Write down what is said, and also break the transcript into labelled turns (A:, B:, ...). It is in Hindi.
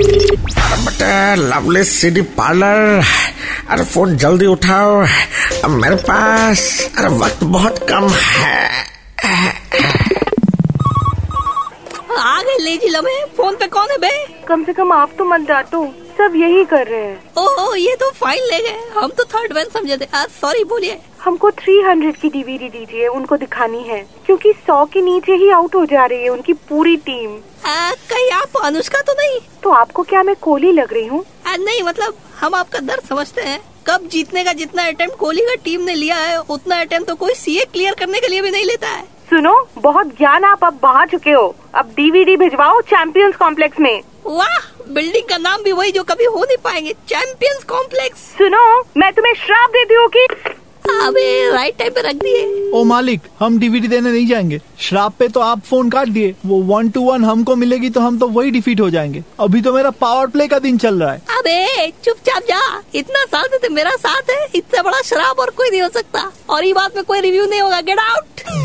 A: बट लवली सिटी पार्लर अरे फोन जल्दी उठाओ अब मेरे पास अरे वक्त बहुत कम है
B: आ गए लेजी लमे फोन पे कौन है बे
C: कम से कम आप तो मत डांटो सब यही कर रहे हैं
B: ओह ये तो फाइल ले गए हम तो थर्ड वन समझे थे आज सॉरी बोलिए
C: हमको 300 की डीवीडी दीजिए उनको दिखानी है क्योंकि 100 के नीचे ही आउट हो जा रही है उनकी पूरी टीम
B: आ, कहीं आप अनुष्का तो नहीं
C: तो आपको क्या मैं कोहली लग रही हूँ
B: आ, नहीं मतलब हम आपका दर्द समझते हैं कब जीतने का जितना अटेम्प्ट कोहली का टीम ने लिया है उतना अटेम्प्ट तो कोई सीए क्लियर करने के लिए भी नहीं लेता है
C: सुनो बहुत ज्ञान आप अब बहा चुके हो अब डीवीडी भिजवाओ चैंपियंस कॉम्प्लेक्स में
B: वाह बिल्डिंग का नाम भी वही जो कभी हो नहीं पाएंगे चैंपियंस कॉम्प्लेक्स
C: सुनो मैं तुम्हें श्राप देती हूँ कि
B: अबे राइट टाइम पे रख दिए
D: ओ मालिक हम डीवीडी देने नहीं जाएंगे श्राप पे तो आप फोन काट दिए वो वन टू वन हमको मिलेगी तो हम तो वही डिफीट हो जाएंगे अभी तो मेरा पावर प्ले का दिन चल रहा है
B: अबे चुपचाप जा इतना साथ है तो मेरा साथ है इससे बड़ा शराब और कोई नहीं हो सकता और ये बात में कोई रिव्यू नहीं होगा गेट आउट